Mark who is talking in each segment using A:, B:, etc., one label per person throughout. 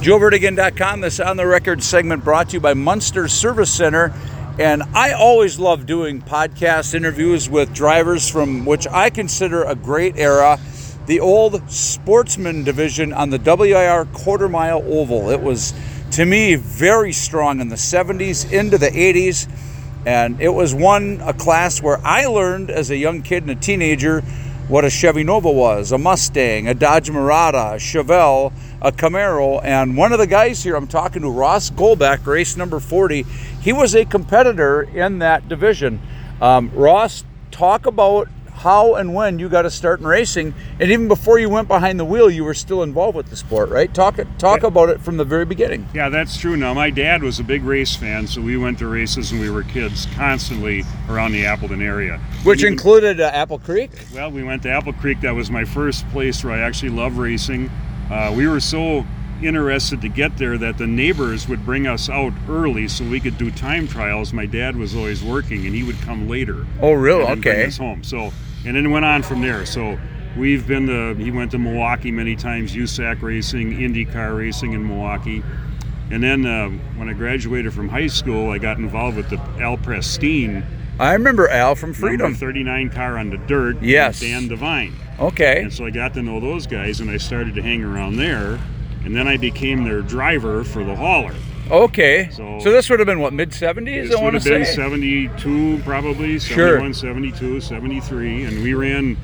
A: JoeVertigan.com. This on the record segment brought to you by Munster Service Center. And I always love doing podcast interviews with drivers from which I consider a great era, the old sportsman division on the WIR quarter mile oval. It was, to me, very strong in the 70s into the 80s. And it was one, a class where I learned as a young kid and a teenager what a Chevy Nova was, a Mustang, a Dodge Murata, a Chevelle, a Camaro, and one of the guys here I'm talking to, Ross Golbeck, race number 40, he was a competitor in that division. Um, Ross, talk about how and when you got to start in racing, and even before you went behind the wheel, you were still involved with the sport, right? Talk talk about it from the very beginning.
B: Yeah, that's true. Now, my dad was a big race fan, so we went to races when we were kids constantly around the Appleton area.
A: Which
B: Even-
A: included uh, Apple Creek.
B: Well, we went to Apple Creek. That was my first place where I actually loved racing. Uh, we were so interested to get there that the neighbors would bring us out early so we could do time trials. My dad was always working, and he would come later.
A: Oh, really?
B: and then bring
A: Okay.
B: us home. So, and then went on from there. So, we've been to he went to Milwaukee many times, USAC racing, IndyCar racing in Milwaukee, and then uh, when I graduated from high school, I got involved with the Al Prestine
A: I remember Al from
B: number
A: Freedom.
B: 39 car on the dirt. with
A: Yes.
B: Dan Devine.
A: Okay.
B: And so I got to know those guys, and I started to hang around there, and then I became their driver for the hauler.
A: Okay. So,
B: So-
A: this would have been what mid 70s.
B: This
A: I
B: would
A: want to
B: have been
A: say.
B: 72, probably
A: Sure.
B: 71, 72, 73, and we ran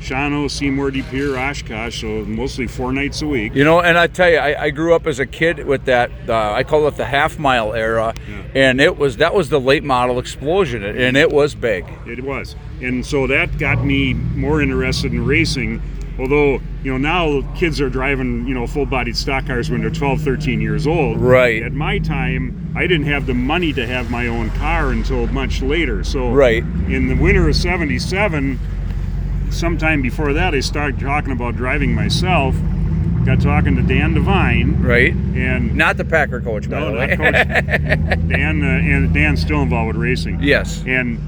B: Shano, Seymour, DePere, Oshkosh, so mostly four nights a week.
A: You know, and I tell you, I, I grew up as a kid with that. Uh, I call it the half mile era, and it was that was the late model explosion, and it was big.
B: It was. And so that got me more interested in racing. Although, you know, now kids are driving, you know, full bodied stock cars when they're 12, 13 years old.
A: Right.
B: At my time, I didn't have the money to have my own car until much later. So,
A: Right.
B: in the winter of 77, sometime before that, I started talking about driving myself. Got talking to Dan Devine.
A: Right.
B: And
A: Not the Packer coach, by
B: no,
A: the
B: not
A: way.
B: Coach. Dan, uh, and Dan's still involved with racing.
A: yes.
B: And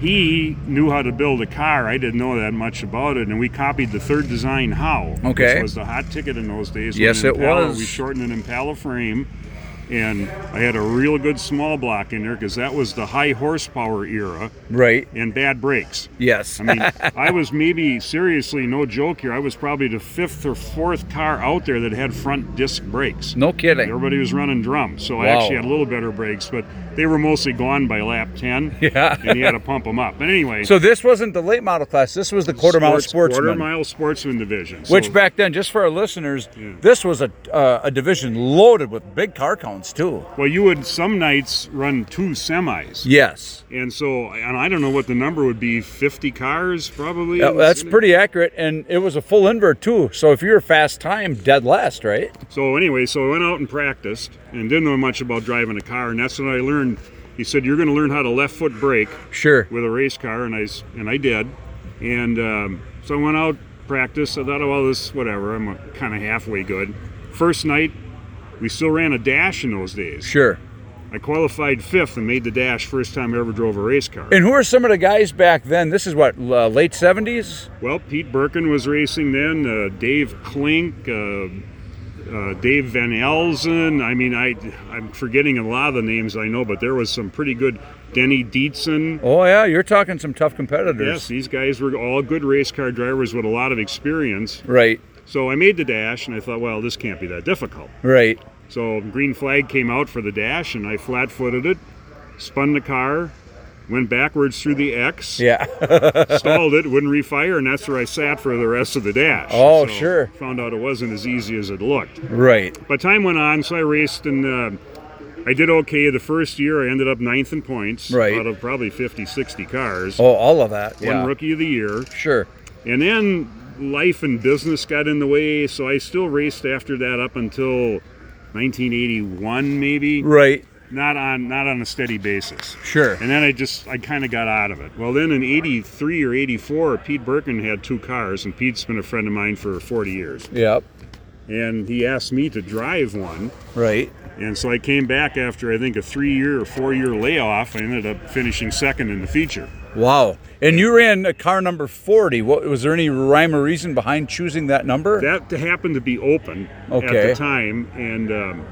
B: he knew how to build a car. I didn't know that much about it, and we copied the third design how.
A: Okay.
B: Which was the hot ticket in those days.
A: Yes,
B: With an
A: it
B: Impala,
A: was.
B: We shortened an Impala frame, and I had a real good small block in there because that was the high horsepower era
A: Right.
B: and bad brakes.
A: Yes.
B: I mean, I was maybe seriously no joke here. I was probably the fifth or fourth car out there that had front disc brakes.
A: no kidding.
B: Everybody was running drums, so I
A: Wow.
B: actually had a little better brakes, but they were mostly gone by lap 10.
A: Yeah.
B: and you had to pump them up. But anyway,
A: So this wasn't the late model class. This was the quarter mile sportsman.
B: quarter mile sportsman division.
A: Which
B: So-
A: back then, just for our listeners, this was a uh, a division loaded with big car counts too.
B: Well, you would some nights run two semis,
A: Yes.
B: and so and I don't know what the number would be. Fifty cars, probably.
A: Yeah, that's pretty accurate, and it was a full invert too. So if you're a fast time, dead last, right?
B: So anyway, so I went out and practiced, and didn't know much about driving a car, and that's when I learned. He said, "You're going to learn how to left foot brake."
A: Sure.
B: with a race car, and I s- and I did, and um, so I went out practice. I thought, oh, well, this whatever. I'm kind of halfway good. First night, we still ran a dash in those days.
A: Sure.
B: I qualified fifth and made the dash first time I ever drove a race car.
A: And who are some of the guys back then? This is what uh, late seventies.
B: well, Pete Birkin was racing then. Uh, Dave Klink. Uh, uh, Dave Van Elzen. I mean, I I'm forgetting a lot of the names I know, but there was some pretty good. Denny Dietzen.
A: Oh yeah, you're talking some tough
B: Yes,
A: competitors.
B: these guys were all good race car drivers with a lot of experience.
A: Right.
B: So I made the dash and I thought, well, this can't be that difficult.
A: Right.
B: So green flag came out for the dash and I flat footed it, spun the car, went backwards through the X,
A: Yeah.
B: stalled it, wouldn't refire, and that's where I sat for the rest of the dash.
A: Oh, sure.
B: Found out it wasn't as easy as it looked.
A: right.
B: But time went on, so I raced and uh, I did okay. The first year I ended up ninth in points
A: Right.
B: out of probably 50, 60 cars.
A: Oh, all of that.
B: One
A: Yeah.
B: rookie of the year.
A: Sure.
B: And then life and business got in the way, so I still raced after that up until 1981, maybe.
A: Right.
B: Not on not on a steady basis.
A: Sure.
B: And then I just I kind of got out of it. Well, then in '83 or '84, Pete Birkin had two cars, and Pete's been a friend of mine for 40 years.
A: Yep.
B: And he asked me to drive one,
A: Right.
B: and so I came back after I think a three-year or four-year layoff. I ended up finishing second in the feature.
A: Wow. And you ran a car number 40. What was there any rhyme or reason behind choosing that number?
B: That happened to be open at
A: Okay.
B: the time, and um,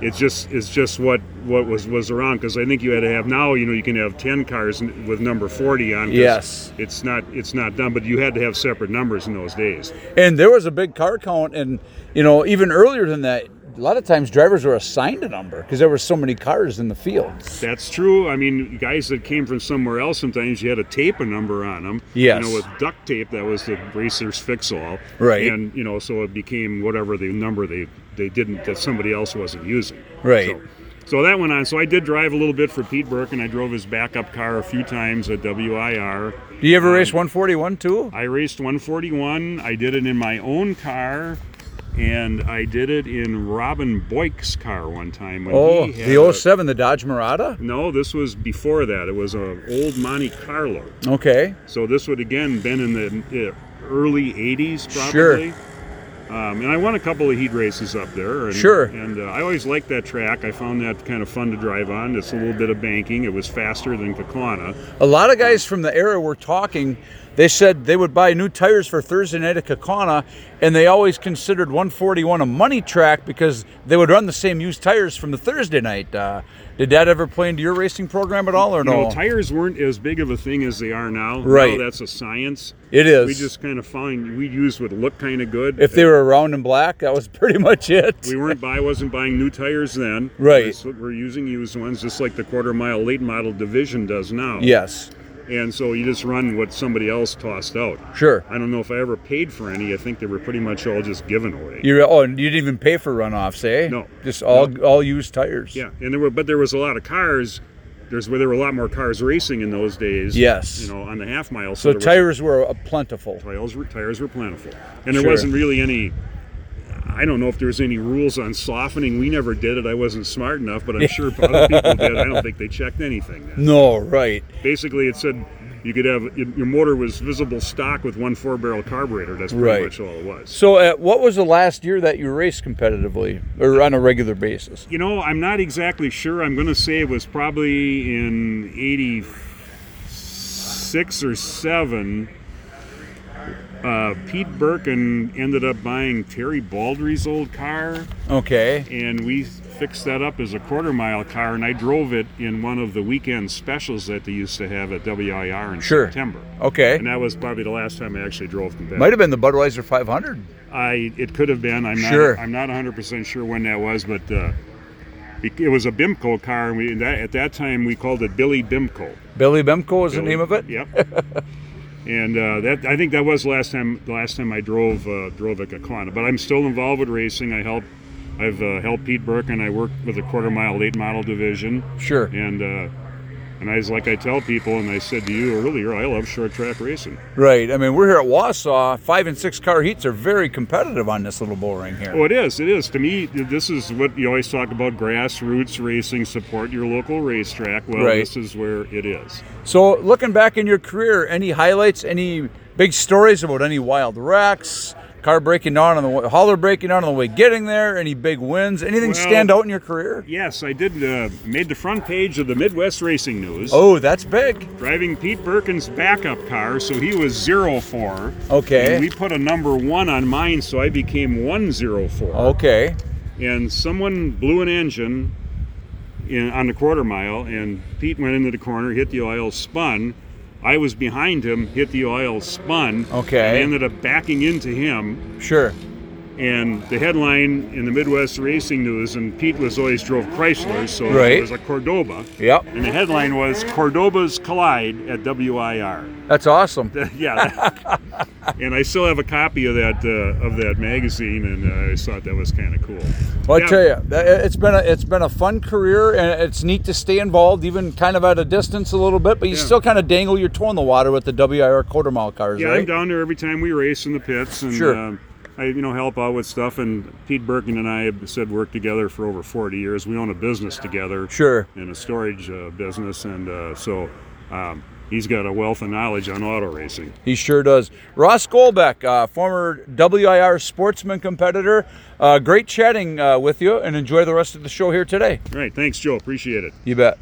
B: it's just it's just what what was was around because I think you had to have now you know you can have ten cars n- with number forty on. 'cause
A: Yes.
B: it's not it's not done, but you had to have separate numbers in those days.
A: and there was a big car count and you know even earlier than that a lot of times drivers were assigned a number because there were so many cars in the field
B: That's true. I mean, guys that came from somewhere else, sometimes you had to tape a number on them.
A: Yes.
B: You know, with duct tape, that was the racer's fix-all.
A: Right.
B: And, you know, so it became whatever the number they, they didn't, that somebody else wasn't using.
A: Right.
B: So, so that went on. So I did drive a little bit for Pete Burke, and I drove his backup car a few times at WIR.
A: do you ever race 141 too
B: I raced 141. I did it in my own car, and I did it in Robin Boyk's car one time. When
A: oh
B: he had a-
A: the 07 the dodge Murata?
B: no, this was before that. It was an old Monte Carlo.
A: okay
B: So this would again been in the uh, early '80s,
A: Sure.
B: probably. Um, and I won a couple of heat races up there. And,
A: Sure.
B: And uh, I always liked that track. I found that kind of fun to drive on. It's a little bit of banking. It was faster than Kakwana.
A: a lot of guys from the era were talking they said they would buy new tires for thursday night at kakana and they always considered 141 a money track because they would run the same used tires from the thursday night uh, did that ever play into your racing program at all or
B: You
A: no
B: know, tires weren't as big of a thing as they are now. Now
A: Oh. Right.
B: that's a science.
A: it is
B: We just kind of find we used what looked kind of good.
A: if they were round and black that was pretty much it
B: We weren't buy wasn't buying new tires then.
A: Right.
B: We're- We're using used ones, just like the quarter mile late model division does now.
A: Yes,
B: And so you just run what somebody else tossed out.
A: sure.
B: I don't know if I ever paid for any. I think they were pretty much all just given away.
A: You oh, and you didn't even pay for runoffs, eh?
B: No.
A: just all all used tires.
B: Yeah. And there were, but there was a lot of cars. There's where there were a lot more cars racing in those days.
A: Yes.
B: You know, on the half mile.
A: So
B: there was-
A: tires were uh, plentiful.
B: tires were, tires were plentiful, and there
A: Sure.
B: wasn't really any. I don't know if there was any rules on softening. We never did it. I wasn't smart enough, but I'm sure other people did. I don't think they checked anything. Then.
A: No, right.
B: Basically, it said you could have your your motor was visible stock with one four barrel carburetor. That's pretty
A: Right.
B: much all it was.
A: So, uh, what was the last year that you raced competitively or on a regular basis?
B: You know, I'm not exactly sure. I'm going to say it was probably in 86 or 7. Uh, Pete Birkin ended up buying Terry Baldry's old car,
A: Okay,
B: and we fixed that up as a quarter mile car, and I drove it in one of the weekend specials that they used to have at WIR in
A: Sure.
B: September.
A: okay.
B: And uh, that was probably the last time I actually drove competitive.
A: Might have been the Budweiser 500.
B: I it could have been. I'm not.
A: Sure.
B: I'm not 100 percent sure when that was, but uh, it, it was a Bimco car, and we that, at that time we called it Billy Bimco.
A: Billy Bemko was the name of it.
B: Yep. and uh, that I think that was the last time. The last time I drove uh, drove a Kakana, but I'm still involved with racing. I help. I've uh, helped Pete Burke, and I work with the quarter mile late model division.
A: Sure.
B: And uh, and I was like I tell people, and I said to you earlier, I love short track racing.
A: Right. I mean, we're here at Wausau. Five and six car heats are very competitive on this little bullring here.
B: Oh, it is. It is. To me, this is what you always talk about grassroots racing, support your local racetrack. Well,
A: Right.
B: this is where it is.
A: So, looking back in your career, any highlights, any big stories about any wild wrecks, car breaking down on the way, holler breaking down on the way getting there, any big wins, anything
B: Well-
A: stand out in your career?
B: Yes, I did, uh, made the front page of the Midwest Racing News.
A: Oh, that's big.
B: Driving Pete Birkin's backup car, so he was 04.
A: Okay.
B: And we put a number one on mine, so I became 104.
A: Okay.
B: and someone blew an engine in, on the quarter mile, and Pete went into the corner, hit the oil, spun. I was behind him, hit the oil, spun.
A: Okay.
B: And I ended up backing into him.
A: Sure.
B: And the headline in the Midwest Racing News, and Pete was always drove Chrysler, so
A: Right.
B: it was a Cordoba.
A: Yep.
B: And the headline was Cordobas Collide at WIR.
A: That's awesome.
B: yeah. and I still have a copy of that uh, of that magazine, and uh, I just thought that was kind of cool.
A: Well, I
B: Yeah.
A: tell you, that- it's been a it's been a fun career, and it's neat to stay involved, even kind of at a distance a little bit. But you
B: Yeah.
A: still kind of dangle your toe in the water with the WIR quarter mile cars,
B: Yeah, I'm
A: right?
B: down there every time we race in the pits, and
A: Sure.
B: um, I you know help out with stuff. And Pete Birkin and I have said worked together for over 40 years. We own a business together,
A: Sure.
B: in a storage uh, business, and uh, so um, he's got a wealth of knowledge on auto racing.
A: He sure does. Ross Golbeck, uh, former WIR sportsman competitor. Uh, great chatting uh, with you and enjoy the rest of the show here today.
B: All right, thanks, Joe. Appreciate it.
A: You bet.